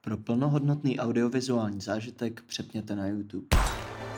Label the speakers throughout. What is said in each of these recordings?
Speaker 1: Pro plnohodnotný audiovizuální zážitek přepněte na YouTube.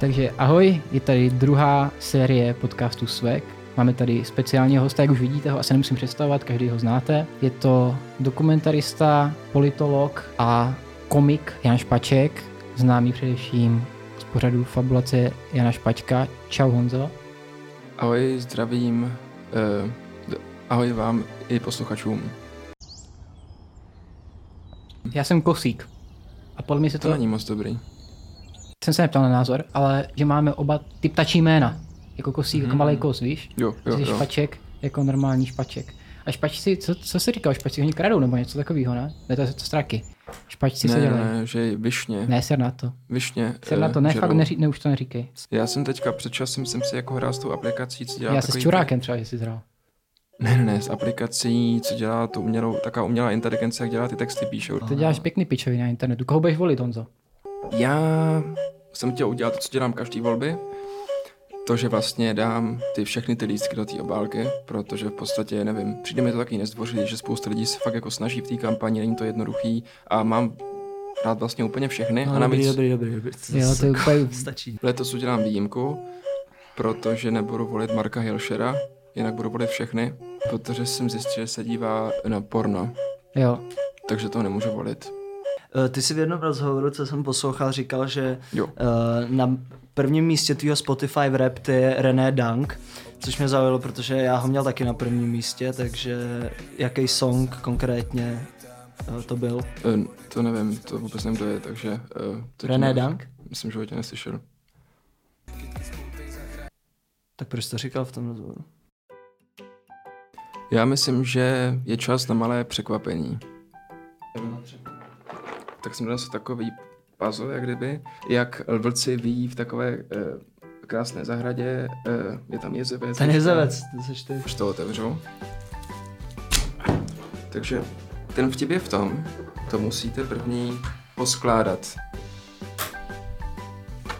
Speaker 2: Takže ahoj, je tady druhá série podcastu Svek. Máme tady speciálního hosta, jak už vidíte, ho asi nemusím představovat, každý ho znáte. Je to dokumentarista, politolog a komik Jan Špaček, známý především z pořadu Fabulace Jana Špačka. Čau Honzo.
Speaker 3: Ahoj, zdravím. eh, d- Ahoj vám i posluchačům.
Speaker 2: Já jsem Kosík. A podle mě se
Speaker 3: To
Speaker 2: to...
Speaker 3: není moc dobrý.
Speaker 2: Jsem se neptal na názor, ale že máme oba ty ptačí jména. Jako Kosík,
Speaker 3: Hmm.
Speaker 2: jako malý kos, víš?
Speaker 3: Jo, jo,
Speaker 2: Jsi
Speaker 3: jo.
Speaker 2: špaček, jako normální špaček. A špačci, co, co jsi říkal, špačci oni kradou nebo něco takového, ne? Ne, to je to straky. Špačci se
Speaker 3: Ne,
Speaker 2: dělají.
Speaker 3: ne, že je višně.
Speaker 2: Ne, ser na to.
Speaker 3: Višně.
Speaker 2: Ser na
Speaker 3: eh,
Speaker 2: to, ne,
Speaker 3: žerou.
Speaker 2: fakt neří, ne, už to neříkej.
Speaker 3: Já jsem teďka před časem jsem si jako hrál s tou aplikací, co dělá
Speaker 2: Já se s
Speaker 3: takový-
Speaker 2: čurákem třeba, že jsi zhrál.
Speaker 3: Ne, ne, ne, s aplikací, co dělá to umělou, taká umělá inteligence, jak dělá ty texty, píšou.
Speaker 2: To děláš pěkný pičovi na internetu. Koho budeš volit, Honzo?
Speaker 3: Já jsem chtěl udělat to, co dělám každý volby, to, že vlastně dám ty všechny ty lístky do té obálky, protože v podstatě, nevím, přijde mi to taky nezdvořilý, že spousta lidí se fakt jako snaží v té kampani, není to jednoduchý a mám rád vlastně úplně všechny a navíc
Speaker 4: No, dobrý, dobrý, dobrý. Co
Speaker 2: Jo, to
Speaker 4: zase
Speaker 2: je
Speaker 4: jako-
Speaker 2: úplně...
Speaker 4: Stačí.
Speaker 3: letos udělám výjimku, protože nebudu volit Marka Hilšera, jinak budu volit všechny, protože jsem zjistil, že se dívá na porno,
Speaker 2: Jo,
Speaker 3: takže to nemůžu volit.
Speaker 4: Eh, Ty jsi v jednom rozhovoru, co jsem poslouchal, říkal, že
Speaker 3: Jo.
Speaker 4: eh, na prvním místě tvýho Spotify v rap ty je René Dunk, což mě zaujalo, protože já ho měl taky na prvním místě, takže jaký song konkrétně eh, to byl?
Speaker 3: Eh, To nevím, to vůbec nevím, kdo je, takže... eh, to ti
Speaker 4: René
Speaker 3: nevím.
Speaker 4: Dank?
Speaker 3: Myslím, že ho tě neslyšel.
Speaker 4: Tak proč to říkal v tom rozhovoru?
Speaker 3: Já myslím, že je čas na malé překvapení. Tak jsem donesl takový puzzle, jak kdyby, jak vlci ví v takové eh, krásné zahradě, eh, je tam jezevec.
Speaker 4: Ten jezevec, to seš ty.
Speaker 3: Už to otevřu. Takže ten vtip je v tom, to musíte první poskládat.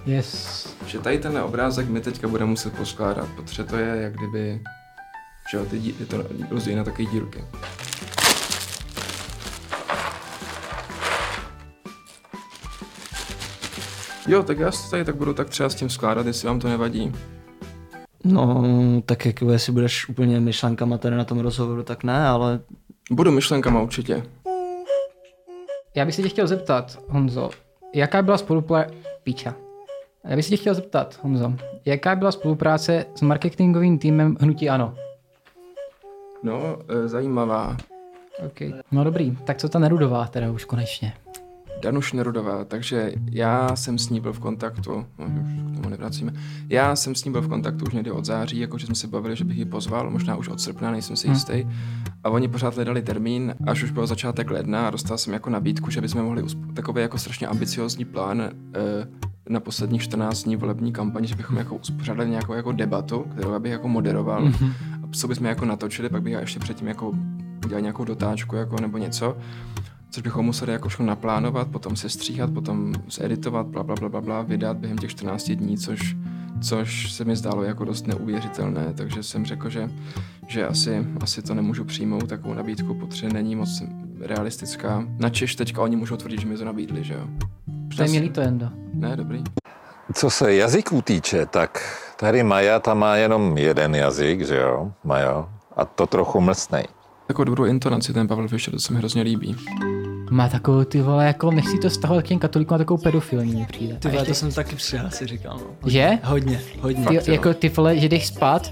Speaker 2: yes.
Speaker 3: Že tady tenhle obrázek my teďka budeme muset poskládat, protože to je jak kdyby, že jo, ty dí, je to rozdělí na takové dílky. Jo, tak já se tady tak budu tak třeba s tím skládat, jestli vám to nevadí.
Speaker 4: No, tak jako jestli budeš úplně myšlenkama tady na tom rozhovoru, tak ne, ale
Speaker 3: Budu myšlenkama určitě.
Speaker 2: Já bych se tě chtěl zeptat, Honzo, jaká byla spolupráce... Píča. Já bych se tě chtěl zeptat, Honzo, jaká byla spolupráce s marketingovým týmem Hnutí Ano?
Speaker 3: No, eh, zajímavá.
Speaker 2: Okay. No dobrý, tak co ta Nerudová teda už konečně?
Speaker 3: Danuš Nerudová, takže já jsem s ní byl v kontaktu, no, už k tomu nevracíme, já jsem s ní byl v kontaktu už někdy od září, jakože jsme se bavili, že bych ji pozval, možná už od srpna, nejsem si jistý. A oni pořád hledali termín, až už byl začátek ledna a dostal jsem jako nabídku, že bychom mohli usp- takový jako strašně ambiciozní plán eh, na posledních 14 dní volební kampaně, že bychom jako uspořádali nějakou jako debatu, kterou já bych jako moderoval. A co bychom jako natočili, pak bych já ještě předtím jako udělal nějakou dotáčku jako nebo něco což bychom museli jako všechno naplánovat, potom se stříhat, potom zeditovat, bla, bla, bla, bla, bla, vydat během těch 14 dní, což, což se mi zdálo jako dost neuvěřitelné, takže jsem řekl, že, že asi, asi to nemůžu přijmout, takovou nabídku, protože není moc realistická. Na Češ teďka oni můžou tvrdit, že mi to nabídli, že jo.
Speaker 2: To je mi líto, Endo.
Speaker 3: Ne, dobrý.
Speaker 5: Co se jazyků týče, tak tady Maja ta má jenom jeden jazyk, že jo, Majo, a to trochu mlsnej.
Speaker 3: Takovou Jako dobrou intonaci ten Pavel Fischer, to se mi hrozně líbí.
Speaker 2: Má takovou ty vole, jako nechci to stahovat k těm katolíkům, má takovou pedofilní mi přijde.
Speaker 4: ty
Speaker 2: A
Speaker 4: vole,
Speaker 2: ještě,
Speaker 4: to jsem taky přijel, si říkal, no.
Speaker 2: Že?
Speaker 4: Hodně, hodně.
Speaker 2: Ty, jako ty vole, že jdeš spát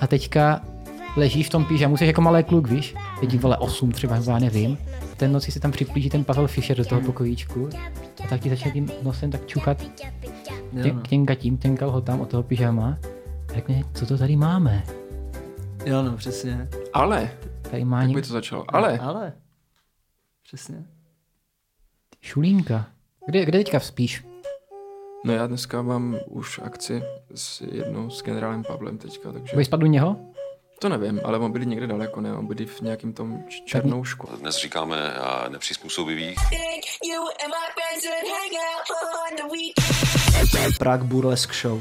Speaker 2: a teďka ležíš v tom pížamu, jsi jako malý kluk, víš? Je ti vole 8 třeba, nebo já nevím. A ten noci si tam připlíží ten Pavel Fischer do toho pokojíčku a tak ti začne tím nosem tak čuchat
Speaker 4: Jo, no.
Speaker 2: tě- k těm gatím, těm kalhotám od toho pyžama. A Řekne, co to tady máme?
Speaker 4: Jo, no, přesně.
Speaker 3: Ale,
Speaker 2: Tady má
Speaker 3: tak by
Speaker 2: někdo
Speaker 3: to začalo, ale,
Speaker 4: Ale. Přesně.
Speaker 2: šulínka. Kde, kde teďka spíš?
Speaker 3: no já dneska mám už akci s jednou, s generálem Pavlem teďka, takže...
Speaker 2: Budeš spát u něho?
Speaker 4: No,
Speaker 3: To nevím, ale on byli někde daleko, ne? On byli v nějakým tom č- černoušku.
Speaker 6: Dnes říkáme a, nepřizpůsobivých.
Speaker 7: think you and my friends would hang out on the weekend.
Speaker 4: Prague Burlesque Show.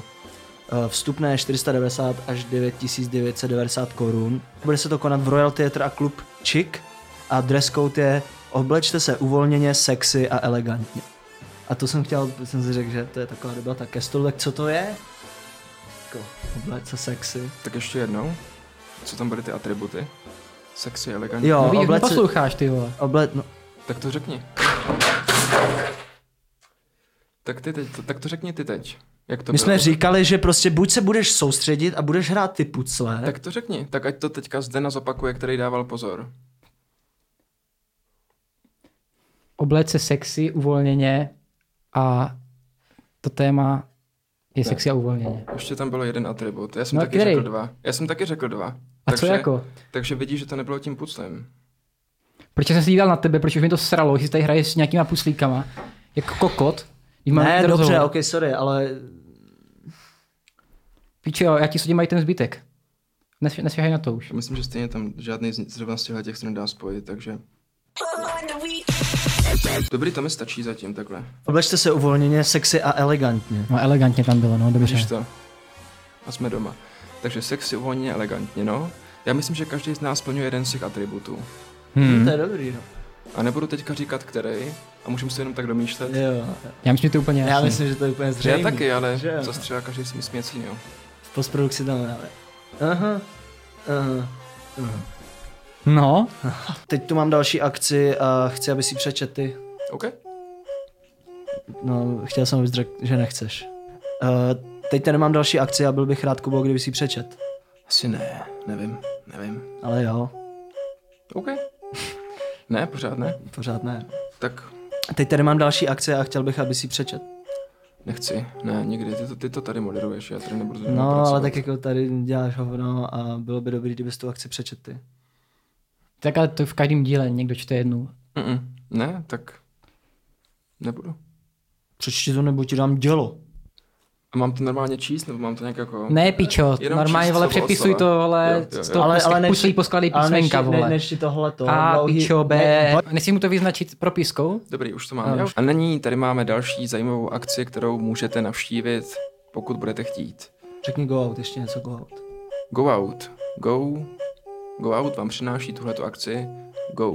Speaker 4: Eh, Vstupné je 490 až 9990 korun. Bude se to konat v Royal Theatre a klub Chick a dress code je Oblečte se uvolněně, sexy a elegantně. A to jsem chtěl, jsem si řekl, že to je taková debata ke stolu, tak co to je? Jako, obleč se sexy.
Speaker 3: Tak ještě jednou. Co tam byly ty atributy? Sexy, elegantní.
Speaker 4: Jo,
Speaker 2: No, jak
Speaker 4: oblec,
Speaker 2: posloucháš, ty vole.
Speaker 4: oble, no,
Speaker 3: Tak to řekni. Tak ty teď, tak to řekni ty teď. Jak to
Speaker 4: my
Speaker 3: bylo?
Speaker 4: jsme říkali, že prostě buď se budeš soustředit a budeš hrát ty pucle,
Speaker 3: Tak to řekni. Tak ať to teďka Zdena zopakuje, který dával pozor.
Speaker 2: Obléč se sexy, uvolněně a to téma je sexy a uvolněně.
Speaker 3: Ještě tam bylo jeden atribut. Já jsem
Speaker 2: No,
Speaker 3: taky
Speaker 2: který?
Speaker 3: řekl dva. Já jsem taky řekl dva.
Speaker 2: A co jako?
Speaker 3: Takže vidíš, že to nebylo tím puclem.
Speaker 2: Proč jsem se díval na tebe, proč už mi to sralo, že tady hraješ s nějakýma puslíkama, jako kokot. když máme
Speaker 4: Ne,
Speaker 2: ten
Speaker 4: dobře,
Speaker 2: rozhovor.
Speaker 4: ok, sorry, ale
Speaker 2: Píče, jo, já ti sodím mají ten zbytek. Nes- Nesvěhaj na to už.
Speaker 3: Já myslím, že stejně tam žádný z zrovna z těchto těch se nedá spojit, takže...
Speaker 7: on the weekend.
Speaker 3: Dobrý, to mi stačí zatím takhle.
Speaker 4: oblečte se uvolněně, sexy a elegantně.
Speaker 2: No elegantně tam bylo, no
Speaker 3: Vidíš
Speaker 2: dobře.
Speaker 3: to? A jsme doma. Takže sexy, uvolněně, elegantně, no. Já myslím, že každý z nás splňuje jeden z těch atributů.
Speaker 4: Hmm.
Speaker 2: Hmm.
Speaker 4: To je dobrý, no.
Speaker 3: A nebudu teďka říkat, který, a můžeme se jenom tak domýšlet.
Speaker 4: Jo.
Speaker 2: Já myslím, že to je úplně
Speaker 4: Já
Speaker 2: jasný.
Speaker 4: myslím, že to je úplně
Speaker 3: Já
Speaker 4: zřejmé.
Speaker 3: taky, ale
Speaker 4: že jo.
Speaker 3: zase třeba každý si no. myslí něco jiného.
Speaker 4: V postprodukci tam dáme. Aha, aha.
Speaker 2: No,
Speaker 4: Teď tu mám další akci a chci, aby si ji přečet ty.
Speaker 3: OK?
Speaker 4: No, chtěl jsem, abys řekl, že nechceš. Uh, teď tady mám další akci a byl bych rád, Kubo, kdyby si ji přečet.
Speaker 3: Asi ne, nevím, nevím.
Speaker 4: Ale jo,
Speaker 3: OK. Ne, pořád ne.
Speaker 4: pořád ne.
Speaker 3: Tak
Speaker 4: Teď tady mám další akci a chtěl bych, aby si ji přečet.
Speaker 3: nechci, ne, nikdy. Ty to, ty to tady moderuješ, já tady nebudu
Speaker 4: No, ale tak jako tady děláš hovno a bylo by dobrý, kdybys tu akci přečet ty.
Speaker 2: tak ale to v každém díle někdo čte jednu.
Speaker 3: Mm-mm. Ne, tak nebudu.
Speaker 4: Přečti to nebo ti dám dělo.
Speaker 3: A mám to normálně číst, nebo mám to nějak jako...
Speaker 2: Ne, pičo,
Speaker 3: Jenom
Speaker 2: normálně,
Speaker 3: číst
Speaker 2: vole,
Speaker 3: slovo od
Speaker 2: přepisuj
Speaker 3: slova.
Speaker 2: to, vole,
Speaker 3: Jo, jo, jo.
Speaker 2: to ale, ale
Speaker 4: než-
Speaker 2: puslí poskladej
Speaker 4: ale než-
Speaker 2: písmenka,
Speaker 4: Ne,
Speaker 2: vole.
Speaker 4: než ti tohleto.
Speaker 2: A
Speaker 4: dlouhý-
Speaker 2: pičo,
Speaker 4: ne,
Speaker 2: B. Nesmí mu to vyznačit propiskou?
Speaker 3: Dobrý, už to máme. Já už- A není, tady máme další zajímavou akci, kterou můžete navštívit, pokud budete chtít.
Speaker 4: Řekni go out, ještě něco go out.
Speaker 3: Go Out. Go. Go Out vám přináší tuhleto akci Go.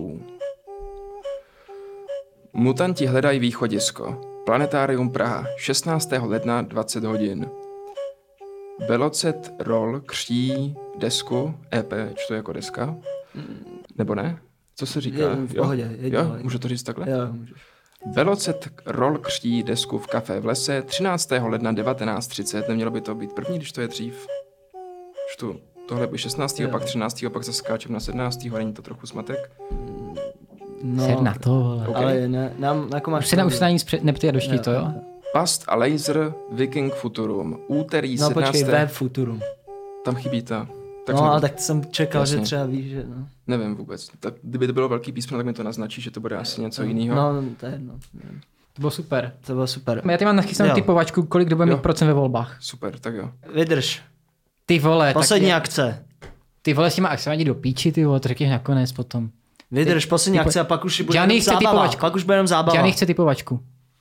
Speaker 3: Mutanti hledají východisko. Planetárium Praha, 16. ledna, 20 hodin. Belocet Roll kří desku, EP, čtu jako deska, nebo ne? Co se říká?
Speaker 4: Mm. Je, v pohodě, je
Speaker 3: jo?
Speaker 4: dělej.
Speaker 3: Můžu to říct takhle?
Speaker 4: Jo, můžeš.
Speaker 3: Velocet Roll křtí desku v Café v lese 13. ledna 1930. Nemělo by to být první, když to je dřív. Čtu. Tohle by 16.
Speaker 4: Jo.
Speaker 3: pak 13. pak zaskáčem na 17. Není to trochu smatek.
Speaker 4: No,
Speaker 2: Sed na to, vole.
Speaker 3: Ok.
Speaker 4: Ale ne, nám, jako máš
Speaker 2: Už se na, už
Speaker 4: pravdu.
Speaker 2: se na nic pře- neptej a doští to, jo?
Speaker 3: Past a laser Viking Futurum. Úterý
Speaker 4: No
Speaker 3: 17.
Speaker 4: počkej, web futurum.
Speaker 3: Tam chybí ta.
Speaker 4: Tak
Speaker 3: Tak
Speaker 4: no,
Speaker 3: jsme-
Speaker 4: ale tak jsem čekal,
Speaker 3: Jasně.
Speaker 4: že třeba víš, že no.
Speaker 3: Nevím vůbec. Tak, kdyby to bylo velký písmo, tak mi to naznačí, že to bude asi něco jiného.
Speaker 4: No, to je jedno.
Speaker 2: To bylo super.
Speaker 4: To bylo super.
Speaker 2: Já tady mám nachystanou
Speaker 4: Jo.
Speaker 2: typovačku, kolik kdo bude
Speaker 3: Jo.
Speaker 2: mít procent ve volbách.
Speaker 3: Super, tak jo.
Speaker 4: Vydrž.
Speaker 2: Ty vole,
Speaker 4: Poslední
Speaker 2: tak je,
Speaker 4: akce.
Speaker 2: ty vole s těma akcemi jdi do píči, ty vole, to řekneš nakonec potom.
Speaker 4: Vydrž, poslední
Speaker 2: typo-
Speaker 4: akce a pak už bude
Speaker 2: Gianni
Speaker 4: jenom
Speaker 2: chce
Speaker 4: zábava.
Speaker 2: typovačku.
Speaker 4: Pak už bude jenom zábava.
Speaker 2: Janek chce typovačku.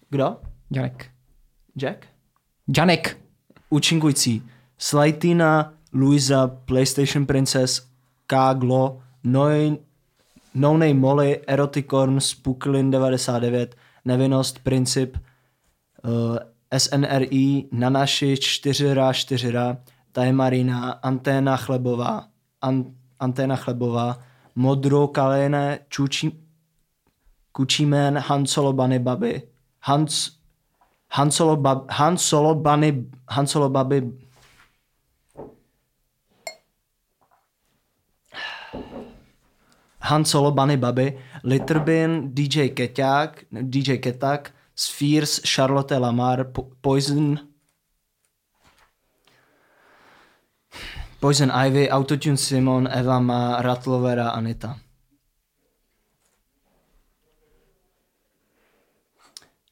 Speaker 4: Kdo?
Speaker 2: Janek.
Speaker 4: Jack?
Speaker 2: Janek.
Speaker 4: Účinkující. Slajtina, Luisa, PlayStation Princess, Kaglo, Noin, No Name Molly, Eroticorn, Spooklin 99, Nevinnost, Princip, uh, SNRI, Nanaši, 4ra, 4ra, Tajmarina, Anténa Chlebová, an, Anténa Chlebová, Modro, Kalene, Čučí, Kučímen, Han Solo, Bany, Baby, Hans, Han Solo, Bab, Han Solo, Bany, Han Solo, Baby, Han Solo, Bunny Baby, Litterbin, DJ Keťák, DJ Ketak, Spheres, Charlotte Lamar, po- Poison, Poison Ivy, Autotune Simon, Eva Ma, Ratlovera, Anita.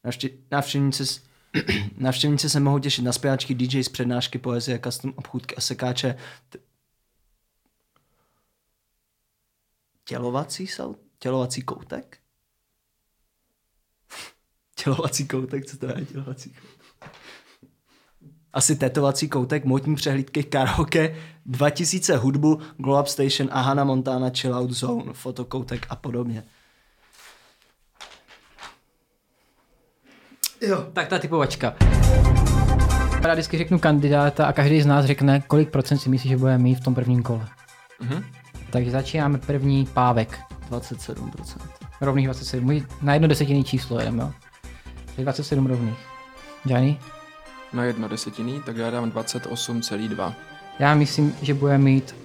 Speaker 4: Navšti- Návštěvníci, s- návštěvníci se mohou těšit na zpěvačky, DJ z přednášky, poezie, custom obchůdky a sekáče. T- Tělovací sal? Tělovací koutek? Tělovací koutek, co to je tělovací koutek? Asi tetovací koutek, módní přehlídky, karaoke, 2000 hudbu, Glow Up Station a Hannah Montana Chill Out Zone, fotokoutek a podobně. Jo.
Speaker 2: Tak ta typovačka. Já vždycky řeknu kandidáta a každý z nás řekne, kolik procent si myslí, že bude mít v tom prvním kole. Mm-hmm. Takže začínáme první pávek.
Speaker 4: 27%.
Speaker 2: Rovných 27. Můj na jedno desetinný číslo jdem, jo. Takže 27 rovných. Johnny?
Speaker 3: na jedno desetinný, tak já dám 28,2.
Speaker 2: Já myslím, že bude mít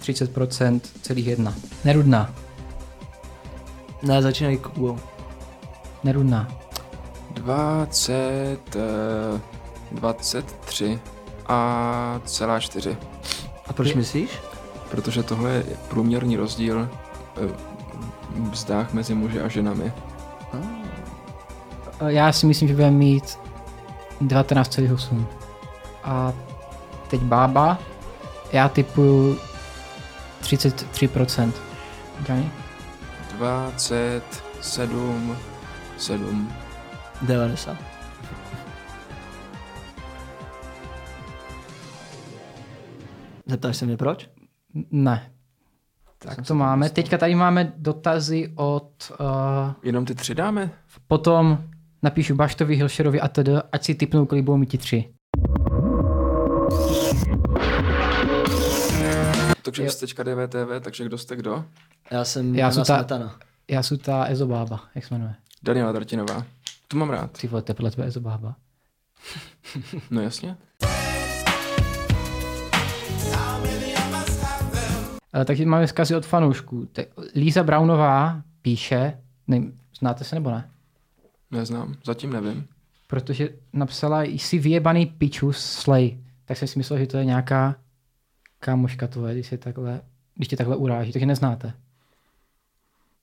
Speaker 2: 30% celých jedna. Nerudná.
Speaker 4: Ne, začínají kůl.
Speaker 2: Nerudná.
Speaker 3: 20, eh, 23 a celá 4.
Speaker 4: A proč
Speaker 2: Je-
Speaker 4: myslíš?
Speaker 3: Protože tohle je průměrný rozdíl eh, v mzdách mezi muži a ženami.
Speaker 2: E, Já si myslím, že bude mít 19,8. A teď bába. Já typuju 33%. Johnny?
Speaker 3: 27, 7.
Speaker 4: 90. Zeptáš se mě proč?
Speaker 2: Ne. Tak to máme. Teďka tady máme dotazy od... Uh,
Speaker 3: Jenom ty tři dáme?
Speaker 2: potom napíšu Baštovi, Hilšerovi a td. Ať si typnou, kolik budou mít ti tři.
Speaker 3: Takže vy jste teďka DVTV, takže kdo jste kdo?
Speaker 4: Já jsem
Speaker 2: Já
Speaker 4: Já
Speaker 2: jsem
Speaker 4: jsem
Speaker 2: ta-
Speaker 4: Smetana.
Speaker 2: Já jsem ta Ezobába, jak se jmenuje.
Speaker 3: Daniela Drtinová. Tu mám rád.
Speaker 2: Ty vole, to je podle tebe Ezobába.
Speaker 3: No jasně.
Speaker 2: Ale takže Eh, máme vzkazy od fanoušků. Te- Líza Brownová píše, nevím, znáte se nebo ne?
Speaker 3: Neznám, zatím nevím.
Speaker 2: Protože napsala, jsi vyjebaný piču slej. Tak jsem si myslel, že to je nějaká kámoška tvoje, když, je takhle, když tě takhle uráží, takže neznáte.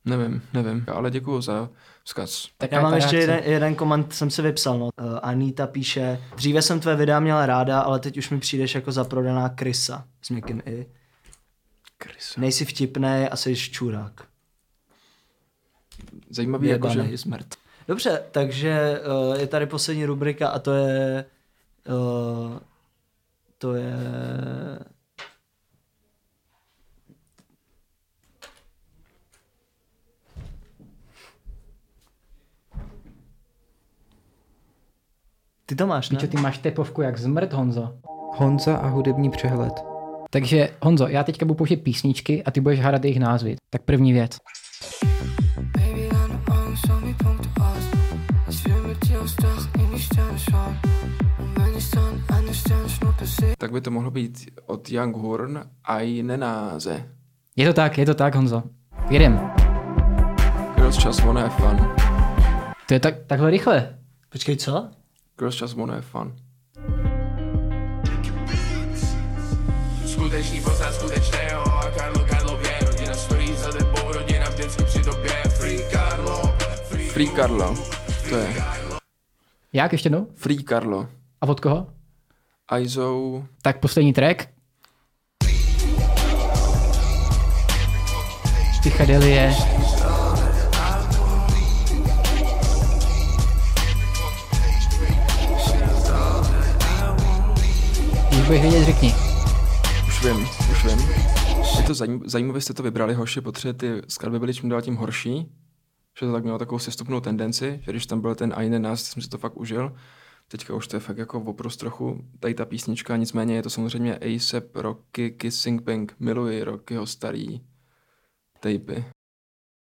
Speaker 3: Nevím, nevím, ale děkuji za vzkaz.
Speaker 2: Tak
Speaker 4: Já mám ještě jeden, jeden koment, jsem si vypsal. No. Eh, Anita píše, dříve jsem tvé videa měla ráda, ale teď už mi přijdeš jako zaprodaná krysa. S měkkým i.
Speaker 3: Krysa.
Speaker 4: Nejsi vtipný a jsi čurák.
Speaker 3: Zajímavý, jako, jakože...
Speaker 4: Vyjebanej smrt. Dobře, takže eh, je tady poslední rubrika a to je... eh, To je... Ty to máš, ne?
Speaker 2: Pičo, ty máš tepovku jak zmrt, Honzo.
Speaker 8: Honza a hudební přehled.
Speaker 2: Takže Honzo, já teďka budu pouštět písničky a ty budeš hádat jejich názvy. Tak první věc.
Speaker 9: Baby, deine Augen schauen wie Punkteaus. Ich will mit dir aufs Dach in die Sterne schauen. Und wenn ich dann eine Sternschnuppe sehe,
Speaker 3: Tak by to mohlo být od Young Horn a Nenáze.
Speaker 2: Je to tak, je to tak, Honzo. Jedem.
Speaker 3: Girls Just Wanna Have Fun.
Speaker 2: To je tak, takhle rychle.
Speaker 4: Počkej, co?
Speaker 3: Girls Just Wanna Have Fun.
Speaker 10: Skuteční posad skutečného a Karlo Karlo vě Rodina stojí za tebou, rodina vždycky při tobě Free Karlo, free
Speaker 3: Free Carlo. To je.
Speaker 2: Jak ještě jednou?
Speaker 3: Free Carlo.
Speaker 2: A od koho?
Speaker 3: Izo.
Speaker 2: Tak poslední track. Psychedelie. Když budeš vědět, řekni.
Speaker 3: Už vím, už vím. Je to zajím, zajímavé, jste to vybrali, hoši, protože ty skladby byly čím dál tím horší. Že to tak mělo takovou sestupnou tendenci, že když tam byl ten a nás, jsem si to fakt užil. Teďka už to je fakt jako oprost trochu, tady ta písnička, nicméně je to samozřejmě A$AP, Rocky, Kissing Pink, miluji Rockyho starý tejpy.